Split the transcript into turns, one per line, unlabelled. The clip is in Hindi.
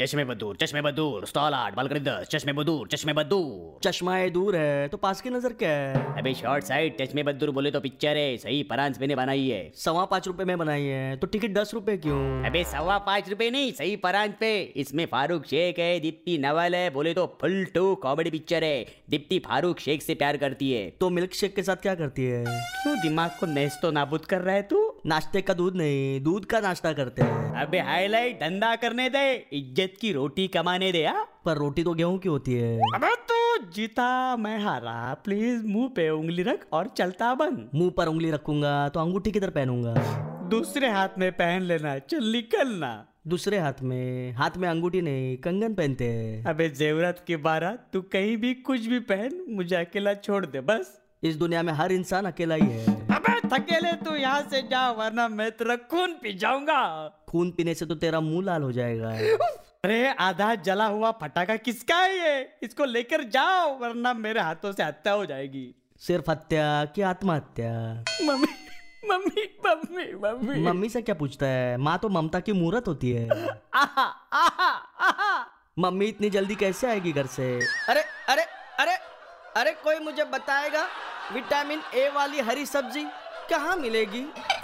चश्मे बदूर चश्मे बदूर स्टॉल आठ बालकनी दस चश्मे बदूर चश्मे बदूर
चश्माए दूर है तो पास की नजर क्या है
अबे शॉर्ट साइड चश्मे बदूर बोले तो पिक्चर है सही परांज मैंने बनाई है
सवा पाँच रुपए में बनाई है तो टिकट दस रुपए क्यों
अबे सवा पाँच रुपए नहीं सही परांज पे इसमें फारूक शेख है दीप्ति नवल है बोले तो फुल टू कॉमेडी पिक्चर है दीप्ति फारूक शेख से प्यार करती है
तो मिल्क शेक के साथ क्या करती है
क्यों दिमाग को नेस्तो नाबूद कर रहा है तू
नाश्ते का दूध नहीं दूध का नाश्ता करते हैं
अबे हाईलाइट धंधा करने दे इज्जत की रोटी कमाने दे हाँ
पर रोटी तो गेहूं की होती है
अबे तू जीता मैं हारा प्लीज मुंह पे उंगली रख और चलता बन
मुंह पर उंगली रखूंगा तो अंगूठी किधर पहनूंगा
दूसरे हाथ में पहन लेना चल निकलना
दूसरे हाथ में हाथ में अंगूठी नहीं कंगन पहनते हैं
अबे जेवरात की बारह तू कहीं भी कुछ भी पहन मुझे अकेला छोड़ दे बस
इस दुनिया में हर इंसान अकेला ही है
अबे थकेले तू यहाँ से जा वरना मैं तेरा खून पी जाऊंगा
खून पीने से तो तेरा मुंह लाल हो जाएगा
अरे आधा जला हुआ फटाका किसका है ये इसको लेकर जाओ वरना मेरे हाथों से हत्या हो जाएगी
सिर्फ हत्या की आत्महत्या
mummy mummy mummy mummy
mummy से क्या पूछता है माँ तो ममता की मूर्त होती है
आहा आहा आहा
मम्मी इतनी जल्दी कैसे आएगी घर से अरे अरे अरे अरे कोई मुझे बताएगा विटामिन ए वाली हरी सब्जी कहाँ मिलेगी